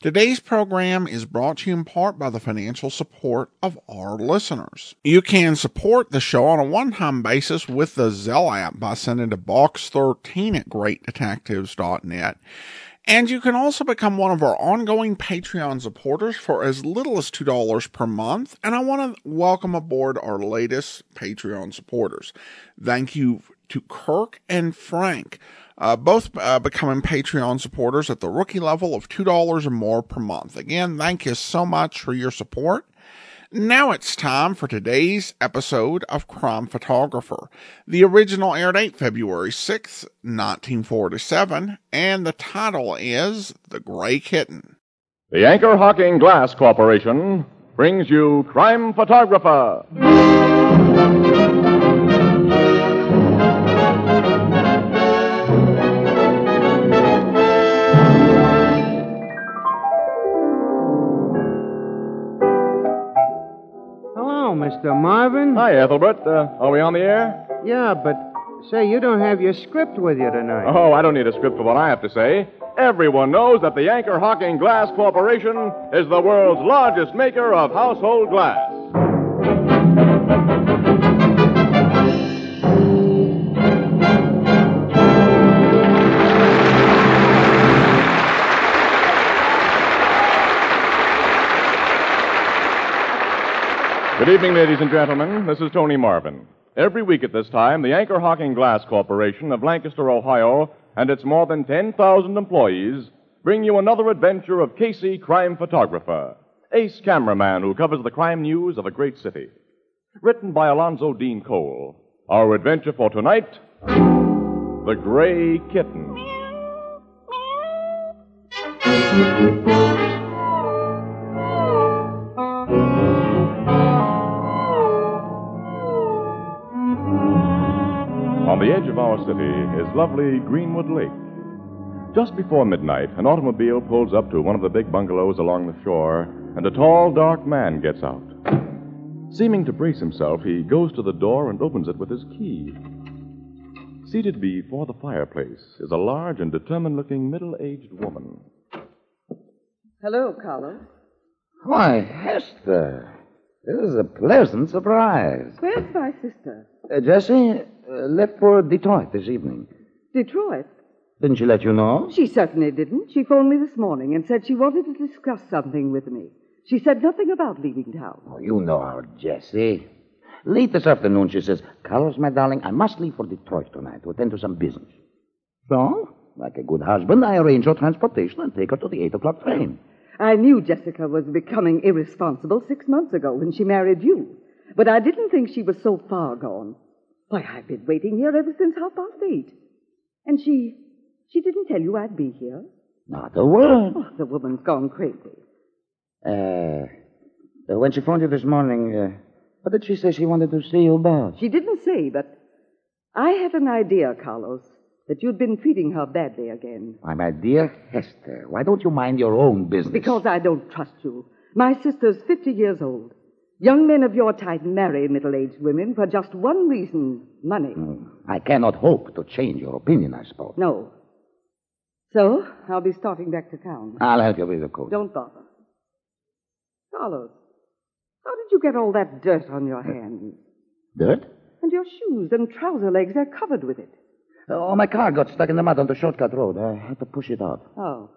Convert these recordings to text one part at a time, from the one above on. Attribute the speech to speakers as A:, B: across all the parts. A: Today's program is brought to you in part by the financial support of our listeners. You can support the show on a one-time basis with the Zelle app by sending to box13 at greatdetectives.net. And you can also become one of our ongoing Patreon supporters for as little as $2 per month. And I want to welcome aboard our latest Patreon supporters. Thank you to Kirk and Frank, uh, both uh, becoming Patreon supporters at the rookie level of $2 or more per month. Again, thank you so much for your support. Now it's time for today's episode of Crime Photographer. The original air date February 6th, 1947, and the title is The Gray Kitten.
B: The Anchor Hawking Glass Corporation brings you Crime Photographer.
C: Hello, Mr. Marvin.
B: Hi, Ethelbert. Uh, are we on the air?
C: Yeah, but say, you don't have your script with you tonight.
B: Oh, I don't need a script for what I have to say. Everyone knows that the Anchor Hawking Glass Corporation is the world's largest maker of household glass. Good evening, ladies and gentlemen. This is Tony Marvin. Every week at this time, the Anchor Hawking Glass Corporation of Lancaster, Ohio, and its more than 10,000 employees bring you another adventure of Casey, crime photographer, ace cameraman who covers the crime news of a great city. Written by Alonzo Dean Cole. Our adventure for tonight The Gray Kitten. On the edge of our city is lovely Greenwood Lake. Just before midnight, an automobile pulls up to one of the big bungalows along the shore, and a tall, dark man gets out. Seeming to brace himself, he goes to the door and opens it with his key. Seated before the fireplace is a large and determined looking middle aged woman.
D: Hello, Carlos.
E: Why, Hester, this is a pleasant surprise.
D: Where's my sister?
E: Uh, Jessie uh, left for Detroit this evening.
D: Detroit.
E: Didn't she let you know?
D: She certainly didn't. She phoned me this morning and said she wanted to discuss something with me. She said nothing about leaving town.
E: Oh, you know our Jessie. Late this afternoon, she says, Carlos, my darling, I must leave for Detroit tonight to attend to some business. So, like a good husband, I arrange her transportation and take her to the 8 o'clock train.
D: I knew Jessica was becoming irresponsible six months ago when she married you, but I didn't think she was so far gone. Why, I've been waiting here ever since half past eight. And she. she didn't tell you I'd be here.
E: Not a word.
D: Oh, the woman's gone crazy.
E: Uh, uh, when she phoned you this morning, uh, what did she say she wanted to see you about?
D: She didn't say, but I had an idea, Carlos, that you'd been treating her badly again.
E: Why, my dear Hester, why don't you mind your own business?
D: Because I don't trust you. My sister's 50 years old. Young men of your type marry middle aged women for just one reason money.
E: I cannot hope to change your opinion, I suppose.
D: No. So, I'll be starting back to town.
E: I'll help you with the coat.
D: Don't bother. Carlos, how did you get all that dirt on your hands?
E: Dirt?
D: And your shoes and trouser legs are covered with it.
E: Oh, my car got stuck in the mud on the shortcut road. I had to push it out.
D: Oh.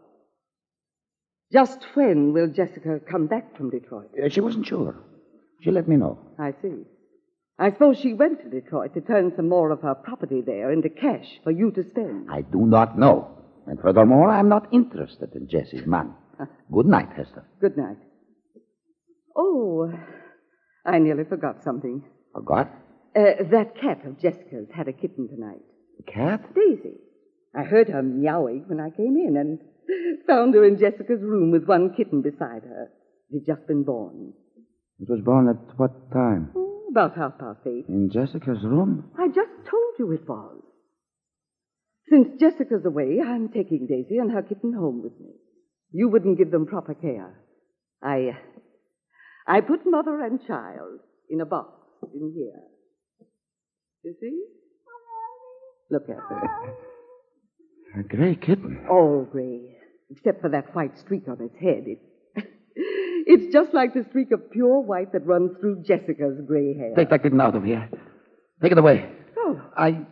D: Just when will Jessica come back from Detroit?
E: Uh, She wasn't sure. She let me know.
D: I see. I suppose she went to Detroit to turn some more of her property there into cash for you to spend.
E: I do not know. And furthermore, I'm not interested in Jessie's money. Good night, Hester.
D: Good night. Oh, I nearly forgot something.
E: Forgot?
D: Uh, that cat of Jessica's had a kitten tonight.
E: The cat?
D: Daisy. I heard her meowing when I came in and found her in Jessica's room with one kitten beside her. She'd just been born.
E: It was born at what time?
D: About half past eight.
E: In Jessica's room?
D: I just told you it was. Since Jessica's away, I'm taking Daisy and her kitten home with me. You wouldn't give them proper care. I. I put mother and child in a box in here. You see? Look at her.
E: A gray kitten.
D: All gray, except for that white streak on its head. It, it's just like the streak of pure white that runs through Jessica's gray hair.
E: Take that kitten out of here. Take it away.
D: Oh,
E: I.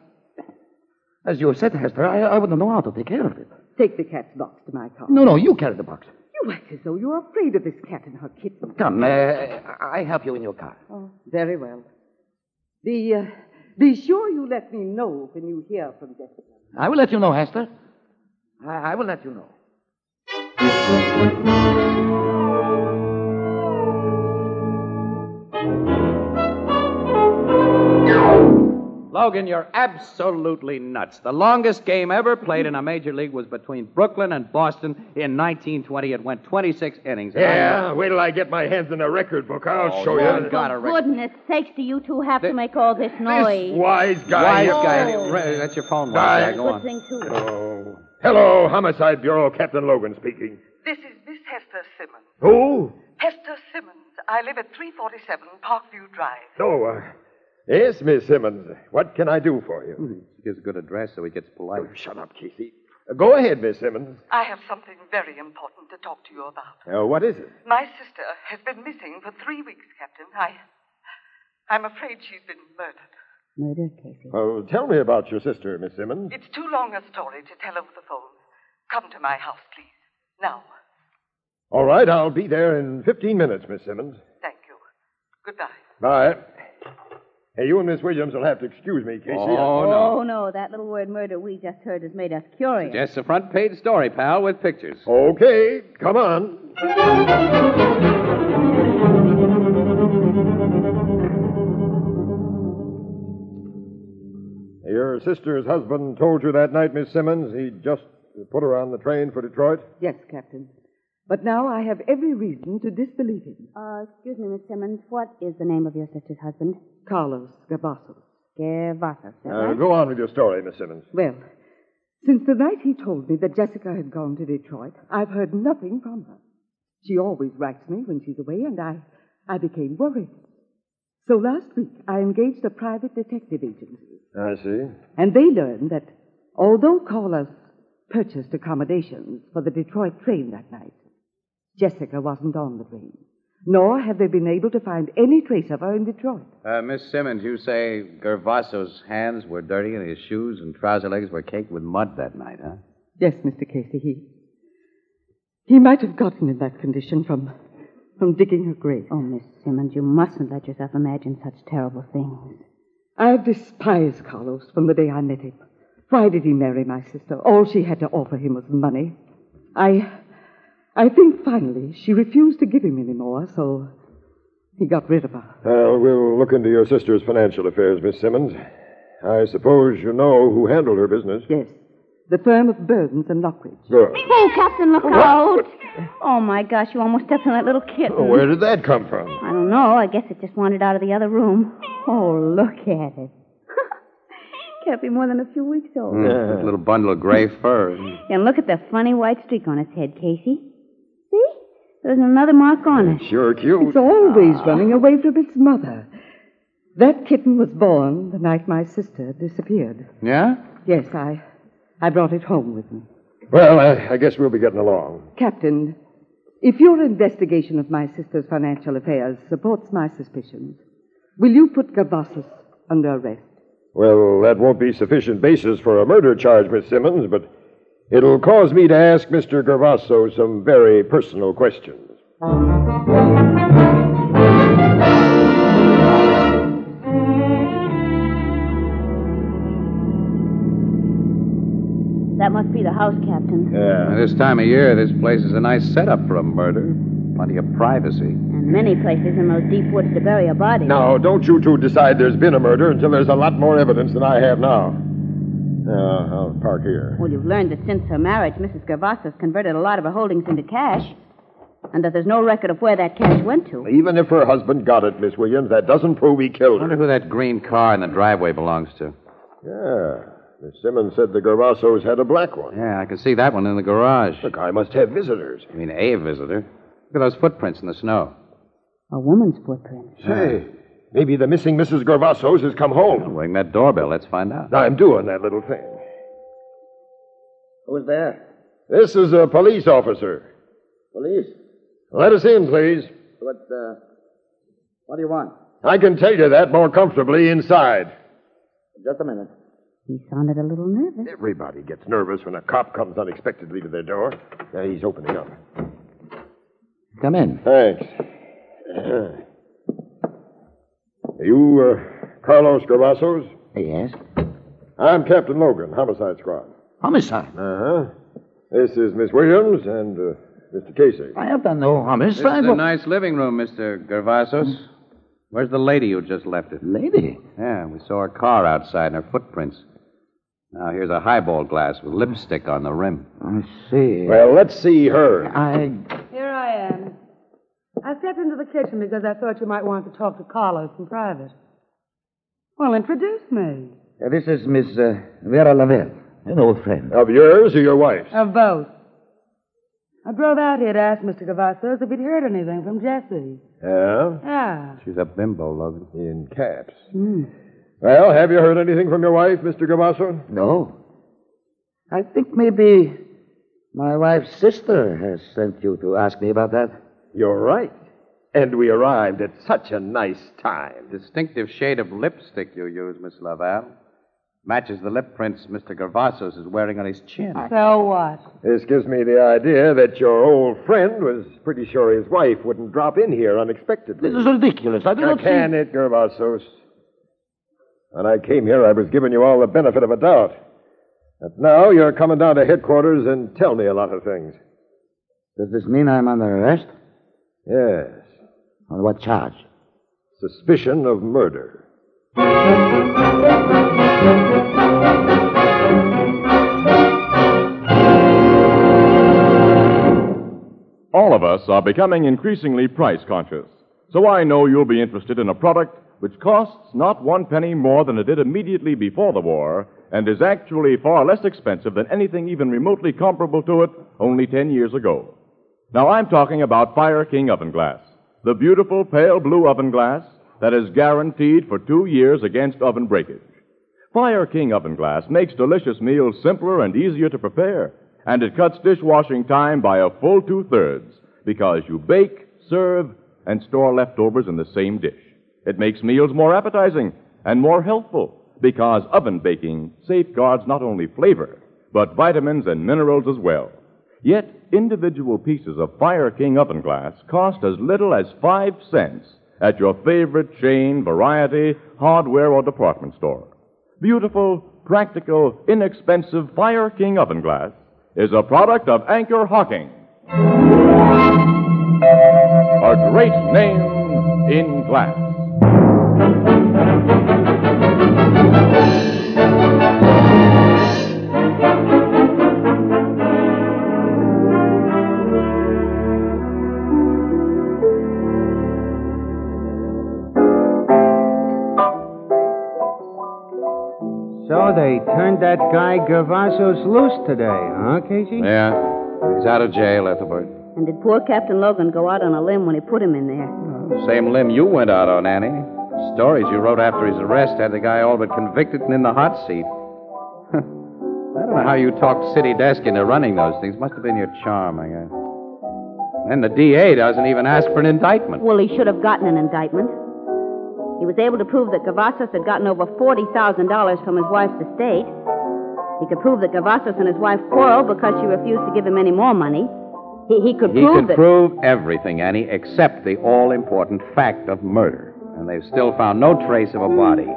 E: As you said, Hester, I, I wouldn't know how to take care of it.
D: take the cat's box to my car.
E: No, no, you carry the box.
D: You act as though you're afraid of this cat and her kitten.
E: Come, uh, I help you in your car.
D: Oh, very well. Be, uh, be sure you let me know when you hear from Jessica.
E: I will let you know, Hester. I, I will let you know.
F: Logan, you're absolutely nuts. The longest game ever played in a major league was between Brooklyn and Boston in 1920. It went 26 innings.
G: Yeah, wait till I get my hands in a record book. I'll show you.
F: Oh, I've got a
H: For
F: record.
H: goodness sakes, do you two have
F: Th-
H: to make all this noise?
G: Wise guy.
F: Wise
G: Oh.
F: guy. Re- That's your phone line.
G: Bye.
F: Yeah, go
H: Good
F: on.
H: thing, too.
G: Oh. Hello, Homicide Bureau, Captain Logan speaking.
I: This is Miss Hester Simmons.
G: Who?
I: Hester Simmons. I live at 347 Parkview Drive.
G: No. Uh, yes, Miss Simmons. What can I do for you?
F: Hmm,
G: Oh,
F: She gives a good address so he gets polite.
G: Shut up, Casey. Uh, go ahead, Miss Simmons.
I: I have something very important to talk to you about.
G: Uh, what is it?
I: My sister has been missing for three weeks, Captain. I. I'm afraid she's been murdered.
H: Murder, Casey.
G: Oh, tell me about your sister, Miss Simmons.
I: It's too long a story to tell over the phone. Come to my house, please. Now.
G: All right, I'll be there in 15 minutes, Miss Simmons.
I: Thank you. Goodbye.
G: Bye. Hey, you and Miss Williams will have to excuse me, Casey.
F: Oh, no.
H: Oh, no, that little word murder we just heard has made us curious.
F: Just a front page story, pal, with pictures.
G: Okay, come on. Your sister's husband told you that night, Miss Simmons, he just put her on the train for Detroit?
D: Yes, Captain. But now I have every reason to disbelieve him.
H: Uh, excuse me, Miss Simmons, what is the name of your sister's husband?
D: Carlos Gabasso.
H: Gervasos, that
G: Uh,
H: right?
G: go on with your story, Miss Simmons.
D: Well, since the night he told me that Jessica had gone to Detroit, I've heard nothing from her. She always writes me when she's away, and I, I became worried. So last week, I engaged a private detective agency,
G: I see.
D: and they learned that although Carlos purchased accommodations for the Detroit train that night, Jessica wasn't on the train, nor have they been able to find any trace of her in Detroit.
F: Uh, Miss Simmons, you say Gervaso's hands were dirty and his shoes and trouser legs were caked with mud that night, huh?
D: Yes, Mr. Casey, he. He might have gotten in that condition from. from digging a grave.
H: Oh, Miss Simmons, you mustn't let yourself imagine such terrible things.
D: I have despised Carlos from the day I met him. Why did he marry my sister? All she had to offer him was money. I. I think finally she refused to give him any more, so. he got rid of her.
G: Well, we'll look into your sister's financial affairs, Miss Simmons. I suppose you know who handled her business.
D: Yes. The firm of Burdens and Lockridge.
G: Good.
H: Oh, Captain, look out! Oh, my gosh, you almost stepped on that little kitten.
G: Oh, where did that come from?
H: I don't know. I guess it just wandered out of the other room. Oh, look at it. Can't be more than a few weeks
G: Oh.
H: old.
F: That Hmm, little bundle of gray fur.
H: And look at the funny white streak on its head, Casey. See? There's another mark on it.
G: Sure cute.
D: It's always
E: Ah.
D: running away from its mother. That kitten was born the night my sister disappeared.
F: Yeah?
D: Yes, I. I brought it home with me.
G: Well, I, I guess we'll be getting along.
D: Captain, if your investigation of my sister's financial affairs supports my suspicions, will you put Gavassus under arrest?
G: Well, that won't be sufficient basis for a murder charge, Miss Simmons, but it'll cause me to ask Mr. Gervaso some very personal questions.
H: That must be the house, Captain.
F: At
G: Yeah.
F: this time of year, this place is a nice setup for a murder. Plenty of privacy.
H: And many places in those deep woods to bury a body.
G: Now, don't you two decide there's been a murder until there's a lot more evidence than I have now. Uh, I'll park here.
H: Well, you've learned that since her marriage, Mrs. Gervasa's converted a lot of her holdings into cash. and that there's no record of where that cash went to.
G: Even if her husband got it, Miss Williams, that doesn't prove he killed
F: Wonder
G: her.
F: who that green car in the driveway belongs to.
G: Yeah. Miss Simmons said the Garassos had a black one.
F: Yeah, I can see that one in the garage.
G: Look, I must have visitors.
F: I mean, a visitor. Look at those footprints in the snow.
H: A woman's footprint.
G: Say, maybe the missing Mrs. Gervasos has come home.
F: Ring that doorbell. Let's find out.
G: I'm doing that little thing.
J: Who's there?
G: This is a police officer.
J: Police.
G: Let us in, please.
J: What, uh, what do you want?
G: I can tell you that more comfortably inside.
J: Just a minute.
H: He sounded a little nervous.
G: Everybody gets nervous when a cop comes unexpectedly to their door. Now he's opening up.
E: Come in.
G: Thanks. Are you uh, Carlos Gervasos?
E: Yes.
G: I'm Captain Logan, Homicide Squad.
E: Homicide.
G: Uh huh. This is Miss Williams and uh, Mr. Casey.
E: I have done no
F: This is
E: homicide.
F: a nice living room, Mr. Gervasos. Where's the lady who just left it?
E: Lady.
F: Yeah, we saw her car outside and her footprints. Now, here's a highball glass with lipstick on the rim.
E: I see.
G: Well, let's see her.
E: I.
K: Here I am. I stepped into the kitchen because I thought you might want to talk to Carlos in private. Well, introduce me.
E: Uh, This is Miss uh, Vera Lavelle, an old friend.
G: Of yours or your wife's?
K: Of both. I drove out here to ask Mr. Cavazos if he'd heard anything from Jesse.
G: Yeah?
K: Ah,
F: She's a bimbo, Logan.
G: In caps. Well, have you heard anything from your wife, Mr. Gamasso?
E: No. I think maybe my wife's sister has sent you to ask me about that.
G: You're right. And we arrived at such a nice time.
F: Distinctive shade of lipstick you use, Miss Laval. Matches the lip prints Mr. Gervasos is wearing on his chin.
K: so what?
G: This gives me the idea that your old friend was pretty sure his wife wouldn't drop in here unexpectedly.
E: This is ridiculous. I do
G: Now,
E: not
G: can it, Gervasos? When I came here, I was giving you all the benefit of a doubt. But now you're coming down to headquarters and tell me a lot of things.
E: see. Does this mean I'm under arrest?
G: Yes.
E: On what charge?
G: Suspicion of murder.
B: All of us are becoming increasingly price conscious, so I know you'll be interested in a product which costs not one penny more than it did immediately before the war and is actually far less expensive than anything even remotely comparable to it only 10 years ago. Now I'm talking about Fire King oven glass, the beautiful pale blue oven glass that is guaranteed for two years against oven breakage. Fire King oven glass makes delicious meals simpler and easier to prepare, and it cuts dishwashing time by a full two thirds because you bake, serve, and store leftovers in the same dish. It makes meals more appetizing and more healthful because oven baking safeguards not only flavor, but vitamins and minerals as well. Yet, individual pieces of Fire King oven glass cost as little as five cents at your favorite chain, variety, hardware, or department store. Beautiful, practical, inexpensive Fire King oven glass is a product of Anchor Hawking. A great name in glass.
C: So they turned that guy Gervasos loose today, huh, Casey?
F: Yeah. He's out of jail, Ethelbert.
H: And did poor Captain Logan go out on a limb when he put him in there?
F: Same limb you went out on, Annie. Stories you wrote after his arrest had the guy all but convicted and in the hot seat. I don't know how you talked City Desk into running those things. Must have been your charm, I guess. And the DA doesn't even ask for an indictment.
H: Well, he should have gotten an indictment. He was able to prove that Gavassos had gotten over $40,000 from his wife's estate. He could prove that Gavassos and his wife quarreled because she refused to give him any more money. He, he could
F: He
H: prove
F: could
H: that.
F: prove everything, Annie, except the all important fact of murder. And they've still found no trace of a body.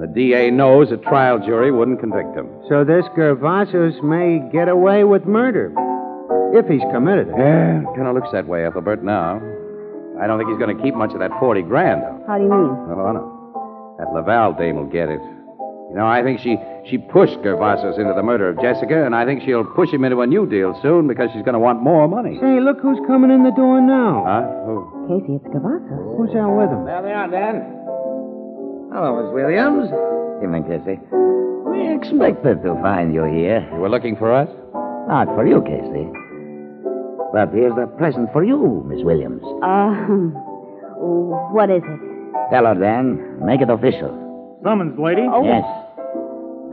F: The DA knows a trial jury wouldn't convict him.
C: So this Gervasos may get away with murder. If he's committed it.
F: Yeah, kind of looks that way, Ethelbert, now. I don't think he's going to keep much of that 40 grand, though.
H: How do you mean?
F: I don't know. That Laval dame will get it. You know, I think she, she pushed Gervasos into the murder of Jessica, and I think she'll push him into a new deal soon because she's going to want more money.
C: Say, look who's coming in the door now.
F: Huh? Who?
H: Casey, it's Gavassos.
C: Who's out with him?
J: There they are, Dan.
E: Hello, Miss Williams. Evening, Casey. We expected eh? to find you here.
F: You were looking for us?
E: Not for you, Casey. But here's a present for you, Miss Williams.
H: Uh, what is it?
E: Tell her, Dan. Make it official.
L: Summons, lady.
H: Oh.
E: Yes.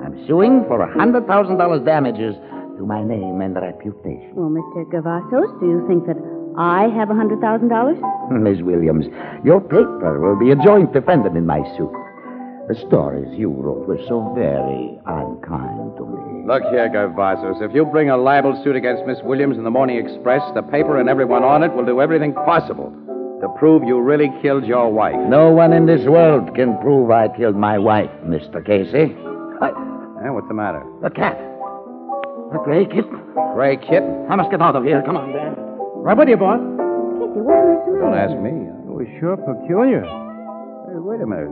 E: I'm suing for a $100,000 damages to my name and reputation.
H: Well, Mr. Gavassos, do you think that I have a $100,000?
E: Miss Williams, your paper will be a joint defendant in my suit. The stories you wrote were so very unkind to me.
F: Look here, Gervasos. If you bring a libel suit against Miss Williams in the Morning Express, the paper and everyone on it will do everything possible to prove you really killed your wife.
E: No one in this world can prove I killed my wife, Mr. Casey.
F: Eh, what's the matter?
E: The cat. The gray kitten.
F: Gray kitten.
E: I must get out of here. Come on, Dan. Right with you, boss.
H: Casey, what's the
F: Don't
H: matter?
F: ask me.
C: It was sure peculiar.
F: Hey, wait a minute.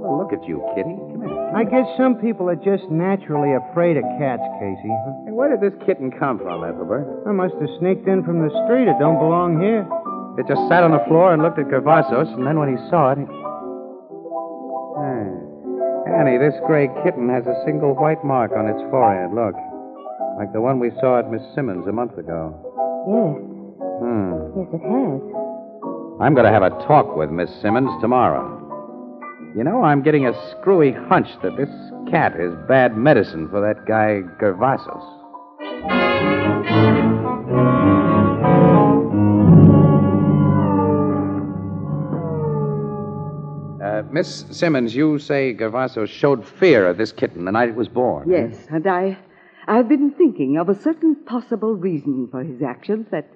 F: Have a look at you, kitty. Come here.
C: I guess some people are just naturally afraid of cats, Casey. huh?
F: Hey, where did this kitten come from, Ethelbert?
C: I must have sneaked in from the street. It don't belong here.
F: It just sat on the floor and looked at Gervasos, and then when he saw it, he... Hmm. Annie, this gray kitten has a single white mark on its forehead. Look. Like the one we saw at Miss Simmons a month ago.
H: Yes,
F: Hmm.
H: yes, it has.
F: I'm going to have a talk with Miss Simmons tomorrow. You know, I'm getting a screwy hunch that this cat is bad medicine for that guy Gervasos. Uh, Miss Simmons, you say Gervasos showed fear of this kitten the night it was born.
D: Yes, and I, I've been thinking of a certain possible reason for his actions that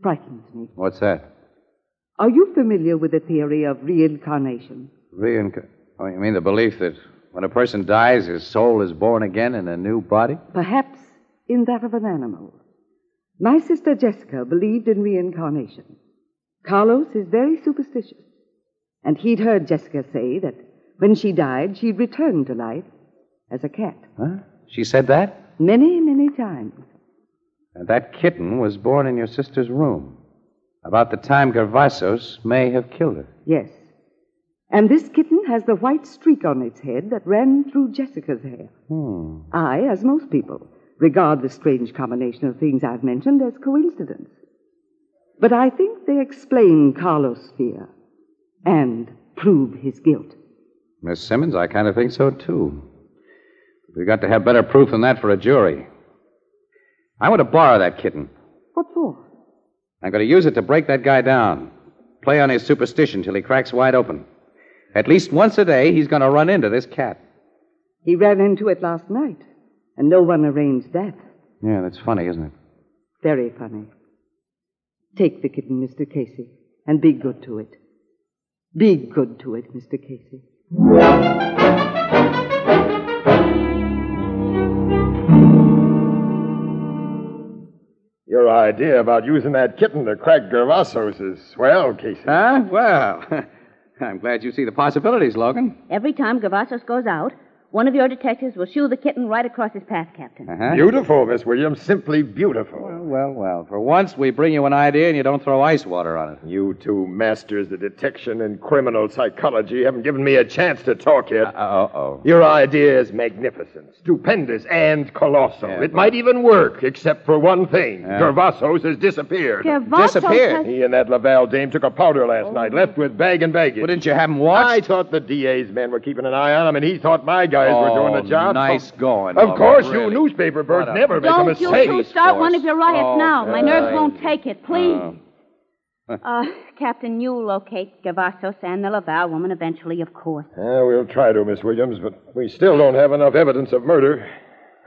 D: frightens me.
F: What's that?
D: Are you familiar with the theory of reincarnation?
F: Reinc- oh, you mean the belief that when a person dies, his soul is born again in a new body?
D: Perhaps in that of an animal. My sister Jessica believed in reincarnation. Carlos is very superstitious, and he'd heard Jessica say that when she died, she'd return to life as a cat
F: Huh? She said that?
D: many, many times.
F: And that kitten was born in your sister's room. About the time Gervasos may have killed her.
D: Yes. And this kitten has the white streak on its head that ran through Jessica's hair.
F: Hmm.
D: I, as most people, regard the strange combination of things I've mentioned as coincidence. But I think they explain Carlos' fear and prove his guilt.
F: Miss Simmons, I kind of think so, too. We've got to have better proof than that for a jury. I want to borrow that kitten.
D: What for?
F: I'm going to use it to break that guy down. Play on his superstition till he cracks wide open. At least once a day, he's going to run into this cat.
D: He ran into it last night, and no one arranged that.
F: Yeah, that's funny, isn't it?
D: Very funny. Take the kitten, Mr. Casey, and be good to it. Be good to it, Mr. Casey.
G: Your idea about using that kitten to crack Gervasos is swell, Casey.
F: Huh? Well, I'm glad you see the possibilities, Logan.
H: Every time Gavassos goes out, one of your detectives will shoo the kitten right across his path, Captain.
F: Uh-huh.
G: Beautiful, Miss Williams. Simply beautiful.
F: Well, well, for once we bring you an idea and you don't throw ice water on it.
G: You two masters of detection and criminal psychology haven't given me a chance to talk yet.
F: Uh oh.
G: Your idea is magnificent, stupendous, and colossal.
F: Yeah,
G: it
F: but-
G: might even work, except for one thing.
F: Yeah.
G: Gervasos has disappeared.
H: Gavassos
F: Disappeared.
H: has- Oh.
G: He and that Laval dame took a powder last night, left with bag and baggage.
F: Well, didn't you have him watched?
G: I thought the DA's men were keeping an eye on him, and he thought my guys were doing the job.
F: Oh, Nice going.
G: Of
F: Logan,
G: course,
F: really.
G: you newspaper birds
F: What a-
G: never
H: Don't
G: make a
H: you
G: mistake.
H: two start
F: boss.
H: one of your riots
F: Oh,
H: now. My
F: God.
H: nerves won't take it. Please.
G: Um,
F: Oh.
H: Uh, Captain, you locate Gavassos and the Laval woman eventually, of course.
G: Yeah, we'll try to, Miss Williams, but we still don't have enough evidence of murder.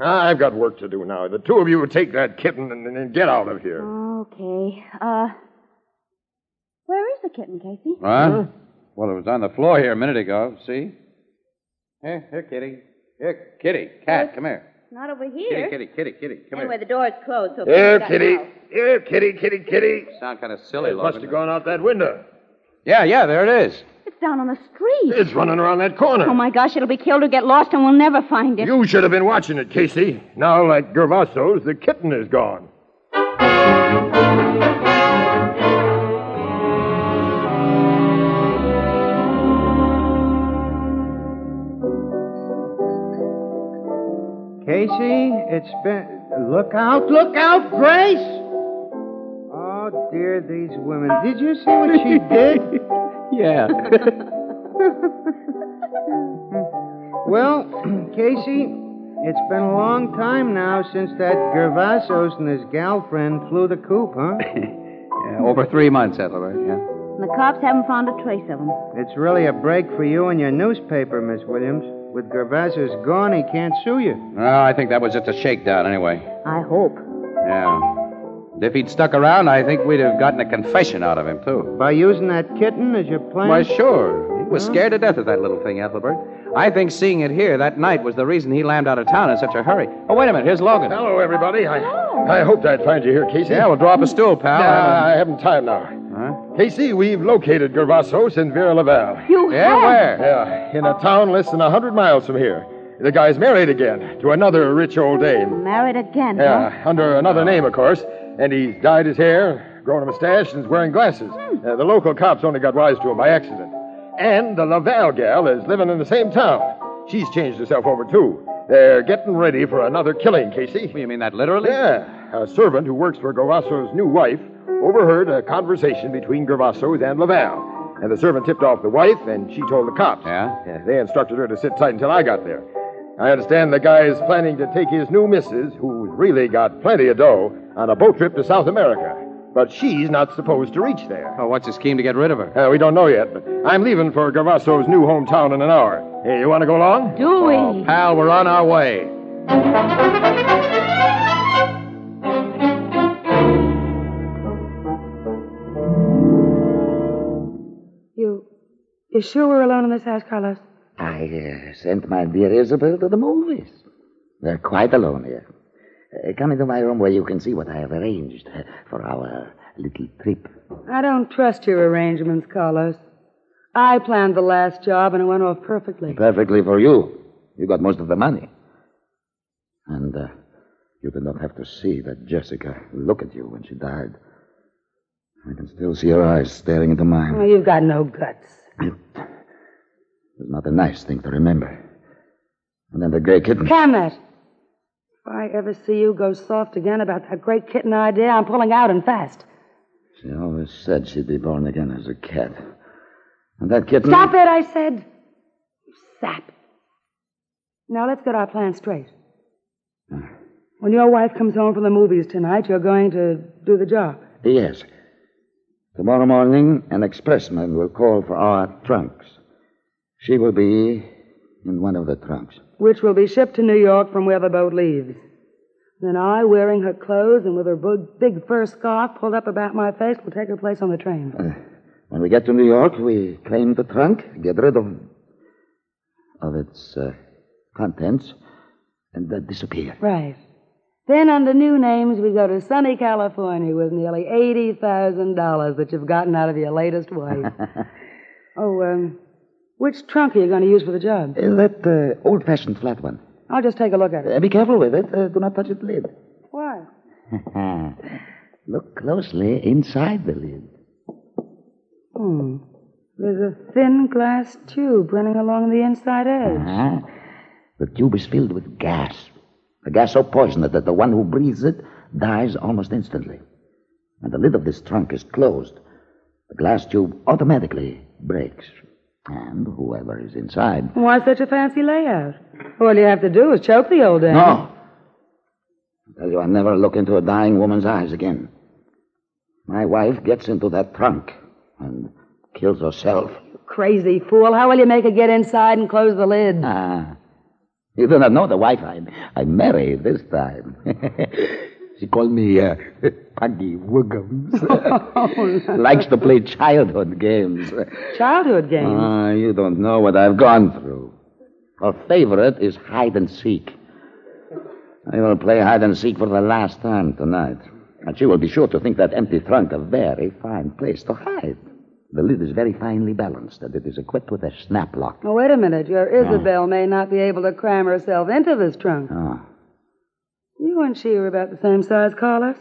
G: I've got work to do now. The two of you take that kitten and, and- and get out of here.
H: Okay. Uh, where is the kitten, Casey?
F: Huh? Well, it was on the floor here a minute ago. See? Here, here, kitty. Here, kitty. Cat, come here.
H: Not over
F: Kitty,
H: here.
F: kitty, kitty, kitty. Come
H: anyway,
F: here.
H: the door is closed. So
G: Here,
H: Casey's got
G: kitty.
H: out.
G: Here, kitty, kitty, kitty.
F: Sound kind of silly,
G: It
F: Logan.
G: must have gone out that window.
F: Yeah, yeah, there it is.
H: It's down on the street.
G: It's running around that corner.
H: Oh, my gosh, it'll be killed or get lost, and we'll never find it.
G: You should have been watching it, Casey. Now, like Gervaso's, the kitten is gone.
C: Casey, it's been. Look out, look out, Grace! Oh, dear, these women. Did you see what she did?
F: Yeah.
C: well, Casey, it's been a long time now since that Gervasos and his gal friend flew the coop, huh?
F: Yeah, over three months, Ethelbert, yeah.
H: And the cops haven't found a trace of them.
C: It's really a break for you and your newspaper, Miss Williams. With Gervasos gone, he can't sue you.
F: Well, I think that was just a shakedown, anyway.
H: I hope.
F: Yeah. And If he'd stuck around, I think we'd have gotten a confession out of him, too.
C: By using that kitten as your plan?
F: Why, sure. He was scared to death of that little thing, Ethelbert. I think seeing it here that night was the reason he lammed out of town in such a hurry. Oh, wait a minute. Here's Logan.
G: Hello, everybody.
H: Oh,
G: I, I hoped I'd find you here, Casey.
F: Yeah, well, draw up a stool, pal.
G: Nah, I haven't time now. Casey, we've located Gervasos in Vera Laval.
H: You
F: Yeah,
H: have.
F: where?
G: Yeah, in a town less than a 100 miles from here. The guy's married again to another rich old dame.
H: Married again, huh?
G: Yeah, under another name, of course. And he's dyed his hair, grown a mustache, and is wearing glasses. Uh, the local cops only got wise to him by accident. And the Laval gal is living in the same town. She's changed herself over, too. They're getting ready for another killing, Casey.
F: You mean that literally?
G: Yeah, a servant who works for Gervaso's new wife overheard a conversation between Gervaso's and Laval. And the servant tipped off the wife, and she told the cops.
F: Yeah?
G: Yeah, They instructed her to sit tight until I got there. I understand the guy is planning to take his new missus, who's really got plenty of dough, on a boat trip to South America. But she's not supposed to reach there.
F: Oh, what's his scheme to get rid of her?
G: Uh, we don't know yet, but I'm leaving for Gavasso's new hometown in an hour. Hey, you want to go along? Oh,
H: Do we?
F: Pal, we're on our way.
K: You. You sure we're alone in this house, Carlos?
E: I uh, sent my dear Isabel to the movies. They're quite alone here. Uh, come into my room where you can see what I have arranged uh, for our little trip.
K: I don't trust your arrangements, Carlos. I planned the last job and it went off perfectly.
E: Perfectly for you. You got most of the money. And uh, you did not have to see that Jessica look at you when she died. I can still see her eyes staring into mine.
K: Oh, you've got no guts.
E: It was not a nice thing to remember. And then the gray kitten.
K: Camet! If I ever see you go soft again about that great kitten idea, I'm pulling out and fast.
E: She always said she'd be born again as a cat. And that kitten.
K: Stop it, I said. You sap. Now let's get our plan straight. Hmm. When your wife comes home from the movies tonight, you're going to do the job.
E: Yes. Tomorrow morning, an expressman will call for our trunks. She will be in one of the trunks.
K: which will be shipped to New York from where the boat leaves. Then I, wearing her clothes and with her big, big fur scarf pulled up about my face, will take her place on the train.
E: When we get to New York, we claim the trunk, get rid of of its uh, contents, and then disappear.
K: Right. Then, under new names, we go to sunny California with nearly $80,000 that you've gotten out of your latest wife. oh, um, which trunk are you going to use for the job?
E: Uh, That uh, old-fashioned flat one.
K: I'll just take a look at it.
E: Uh, be careful with it. Uh, do not touch its lid.
K: Why?
E: Look closely inside the lid.
K: Hmm. There's a thin glass tube running along the inside edge.
E: Uh-huh. The tube is filled with gas. A gas so poisonous that the one who breathes it dies almost instantly. And the lid of this trunk is closed. The glass tube automatically breaks. And whoever is inside.
K: Why such a fancy layout? All you have to do is choke the old dame.
E: No! I tell you, I never look into a dying woman's eyes again. My wife gets into that trunk and kills herself.
K: Crazy fool. How will you make her get inside and close the lid?
E: Ah. You do not know the wife I, I married this time. she called me uh, Puggy Wiggums.
K: Oh,
E: Likes to play childhood games.
K: Childhood game.
E: Ah, you don't know what I've gone through. Her favorite is hide and seek. I will play hide and seek for the last time tonight. And she will be sure to think that empty trunk a very fine place to hide. The lid is very finely balanced, and it is equipped with a snap lock.
K: Now, wait a minute. Your Isabel may not be able to cram herself into this trunk.
E: Ah,
K: You and she are about the same size, Carlos.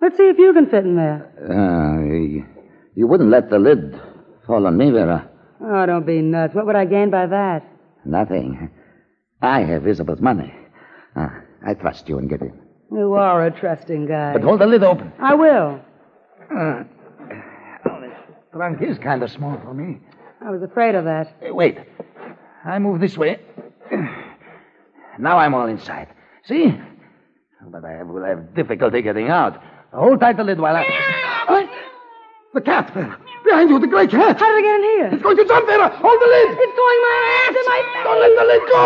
K: Let's see if you can fit in there.
E: ah, you, you wouldn't let the lid fall on me, Vera.
K: Oh, don't be nuts. What would I gain by that?
E: Nothing. I have Isabel's money. Ah, I trust you and get in.
K: You are a trusting guy.
E: But hold the lid open.
K: I will.
L: Trunk is kind of small for me.
K: I was afraid of that.
L: Hey, wait. I move this way. Now I'm all inside. See? But I will have difficulty getting out. Hold tight the lid while I. What? The cat, Vera. Behind you, the great cat. How
K: did it get in here?
L: It's going to jump, Vera. Hold the lid. It's
K: going my ass and my
L: Don't let the lid go.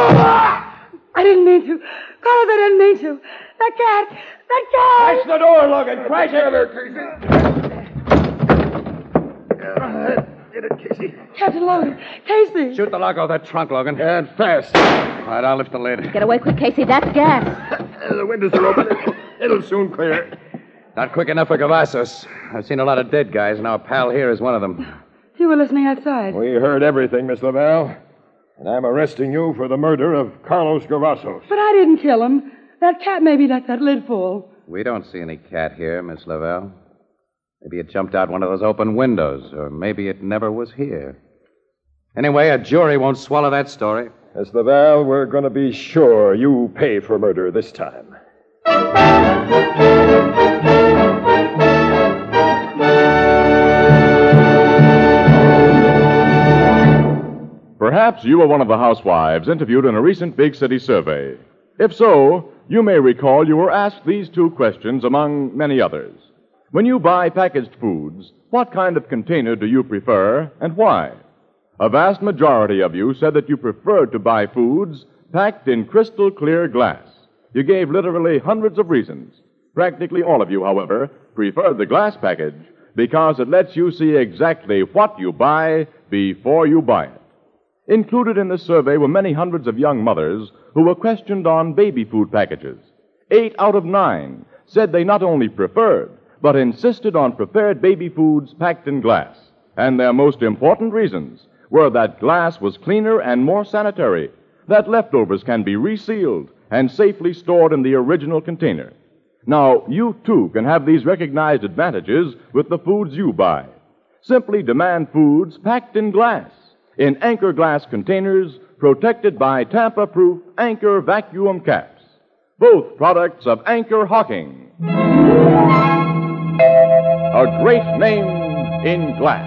K: I didn't mean to. Carlos, I didn't mean to. That cat! That cat!
L: Crash the door, Logan. Crash it.
G: Did it, Casey?
K: Captain Logan. Casey.
F: Shoot the lock off that trunk, Logan. And fast. All right, I'll lift the lid.
H: Get away quick, Casey. That's gas.
G: The windows are open. It'll soon clear.
F: Not quick enough for Gavassos. I've seen a lot of dead guys, and our pal here is one of them.
K: You were listening outside.
G: We heard everything, Miss Lavelle. And I'm arresting you for the murder of Carlos Gavassos.
K: But I didn't kill him. That cat maybe let that lid fall.
F: We don't see any cat here, Miss Lavelle. Maybe it jumped out one of those open windows, or maybe it never was here. Anyway, a jury won't swallow that story.
G: Miss Lavelle, we're going to be sure you pay for murder this time.
B: Perhaps you were one of the housewives interviewed in a recent big city survey. If so, you may recall you were asked these two questions among many others. When you buy packaged foods, what kind of container do you prefer and why? A vast majority of you said that you preferred to buy foods packed in crystal clear glass. You gave literally hundreds of reasons. Practically all of you, however, preferred the glass package because it lets you see exactly what you buy before you buy it. Included in this survey were many hundreds of young mothers who were questioned on baby food packages. Eight out of nine said they not only preferred, but insisted on prepared baby foods packed in glass. And their most important reasons were that glass was cleaner and more sanitary, that leftovers can be resealed and safely stored in the original container. Now, you too can have these recognized advantages with the foods you buy. Simply demand foods packed in glass, in anchor glass containers protected by Tampa proof anchor vacuum caps. Both products of Anchor Hawking. A great name in glass.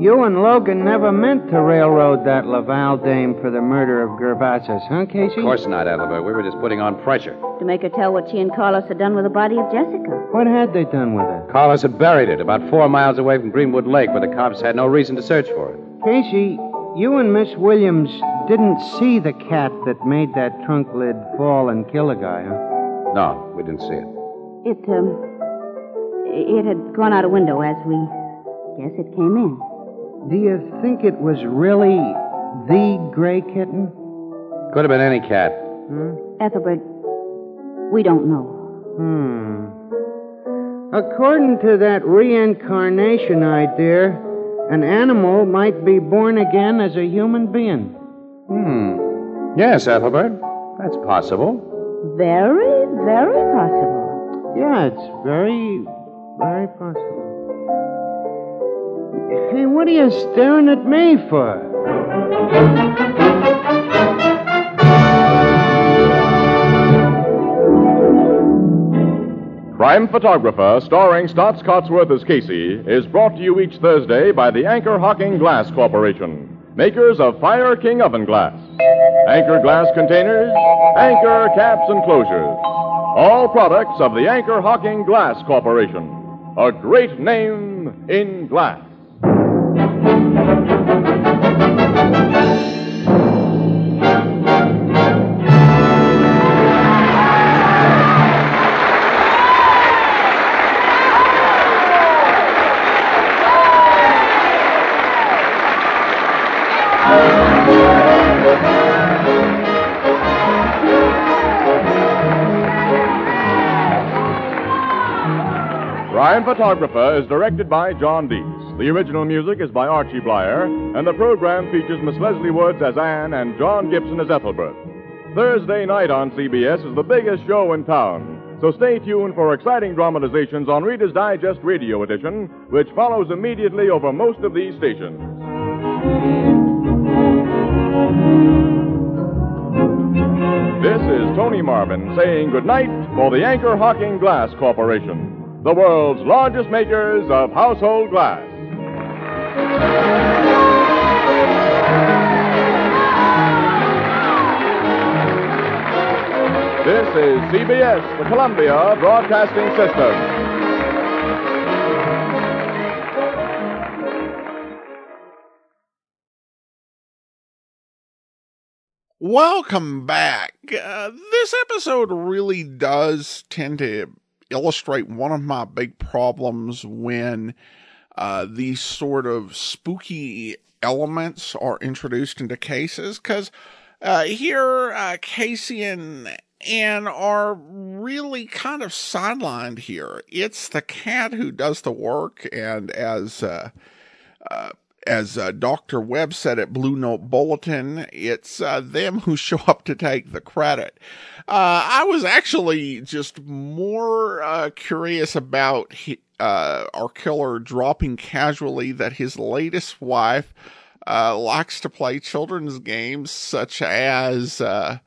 C: You and Logan never meant to railroad that Laval dame for the murder of Gervasis, huh, Casey?
F: Of course not, Oliver. We were just putting on pressure.
H: To make her tell what she and Carlos had done with the body of Jessica.
C: What had they done with her?
F: Carlos had buried it about four miles away from Greenwood Lake, where the cops had no reason to search for it.
C: Casey, you and Miss Williams didn't see the cat that made that trunk lid fall and kill a guy, huh?
F: No, we didn't see it.
H: It, um. It had gone out a window as we. Guess it came in.
C: Do you think it was really the gray kitten?
F: Could have been any cat.
H: Ethelbert, we don't know.
C: Hmm. According to that reincarnation idea, an animal might be born again as a human being.
F: Hmm. Yes, Ethelbert. That's possible.
H: Very, very possible.
C: Yeah, it's very, very possible. Hey, what are you staring at me for?
B: Crime Photographer, starring Stotts Cotsworth as Casey, is brought to you each Thursday by the Anchor Hawking Glass Corporation, makers of Fire King Oven Glass, Anchor Glass Containers, Anchor Caps and Closures. All products of the Anchor Hawking Glass Corporation. A great name in glass. Crime Photographer is directed by John Dees. The original music is by Archie Blyer, and the program features Miss Leslie Woods as Anne and John Gibson as Ethelbert. Thursday night on CBS is the biggest show in town, so stay tuned for exciting dramatizations on Reader's Digest Radio Edition, which follows immediately over most of these stations. This is Tony Marvin saying goodnight for the Anchor Hawking Glass Corporation, the world's largest makers of household glass. This is CBS, the Columbia Broadcasting System.
A: Welcome back. Uh, this episode really does tend to illustrate one of my big problems when uh, these sort of spooky elements are introduced into cases because uh, here uh, Casey and Anne are really kind of sidelined here. It's the cat who does the work, and as uh, uh, as uh, Dr. Webb said at Blue Note Bulletin, it's uh, them who show up to take the credit. Uh, I was actually just more uh, curious about he, uh, our killer dropping casually that his latest wife uh, likes to play children's games such as uh,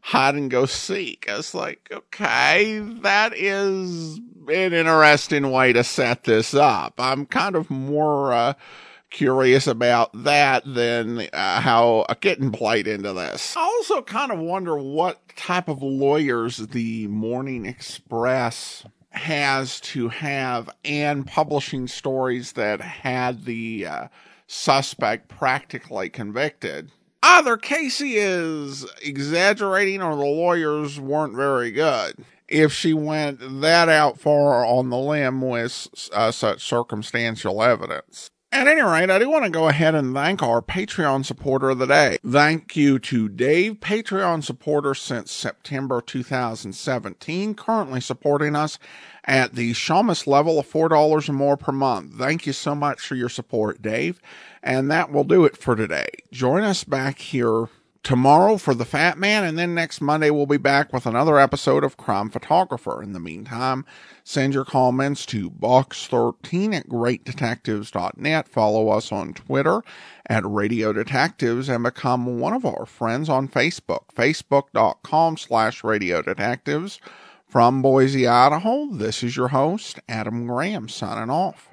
A: hide and go seek. I was like, okay, that is an interesting way to set this up. I'm kind of more. Uh, curious about that than uh, how a kitten played into this. I also kind of wonder what type of lawyers the Morning Express has to have and publishing stories that had the uh, suspect practically convicted. Either Casey is exaggerating or the lawyers weren't very good. If she went that out far on the limb with uh, such circumstantial evidence. At any rate, I do want to go ahead and thank our Patreon supporter of the day. Thank you to Dave, Patreon supporter since September 2017, currently supporting us at the Shamus level of $4 or more per month. Thank you so much for your support, Dave. And that will do it for today. Join us back here tomorrow for The Fat Man, and then next Monday we'll be back with another episode of Crime Photographer. In the meantime, send your comments to box13 at greatdetectives.net. Follow us on Twitter at Radio Detectives and become one of our friends on Facebook, facebook.com slash Radio Detectives. From Boise, Idaho, this is your host, Adam Graham, signing off.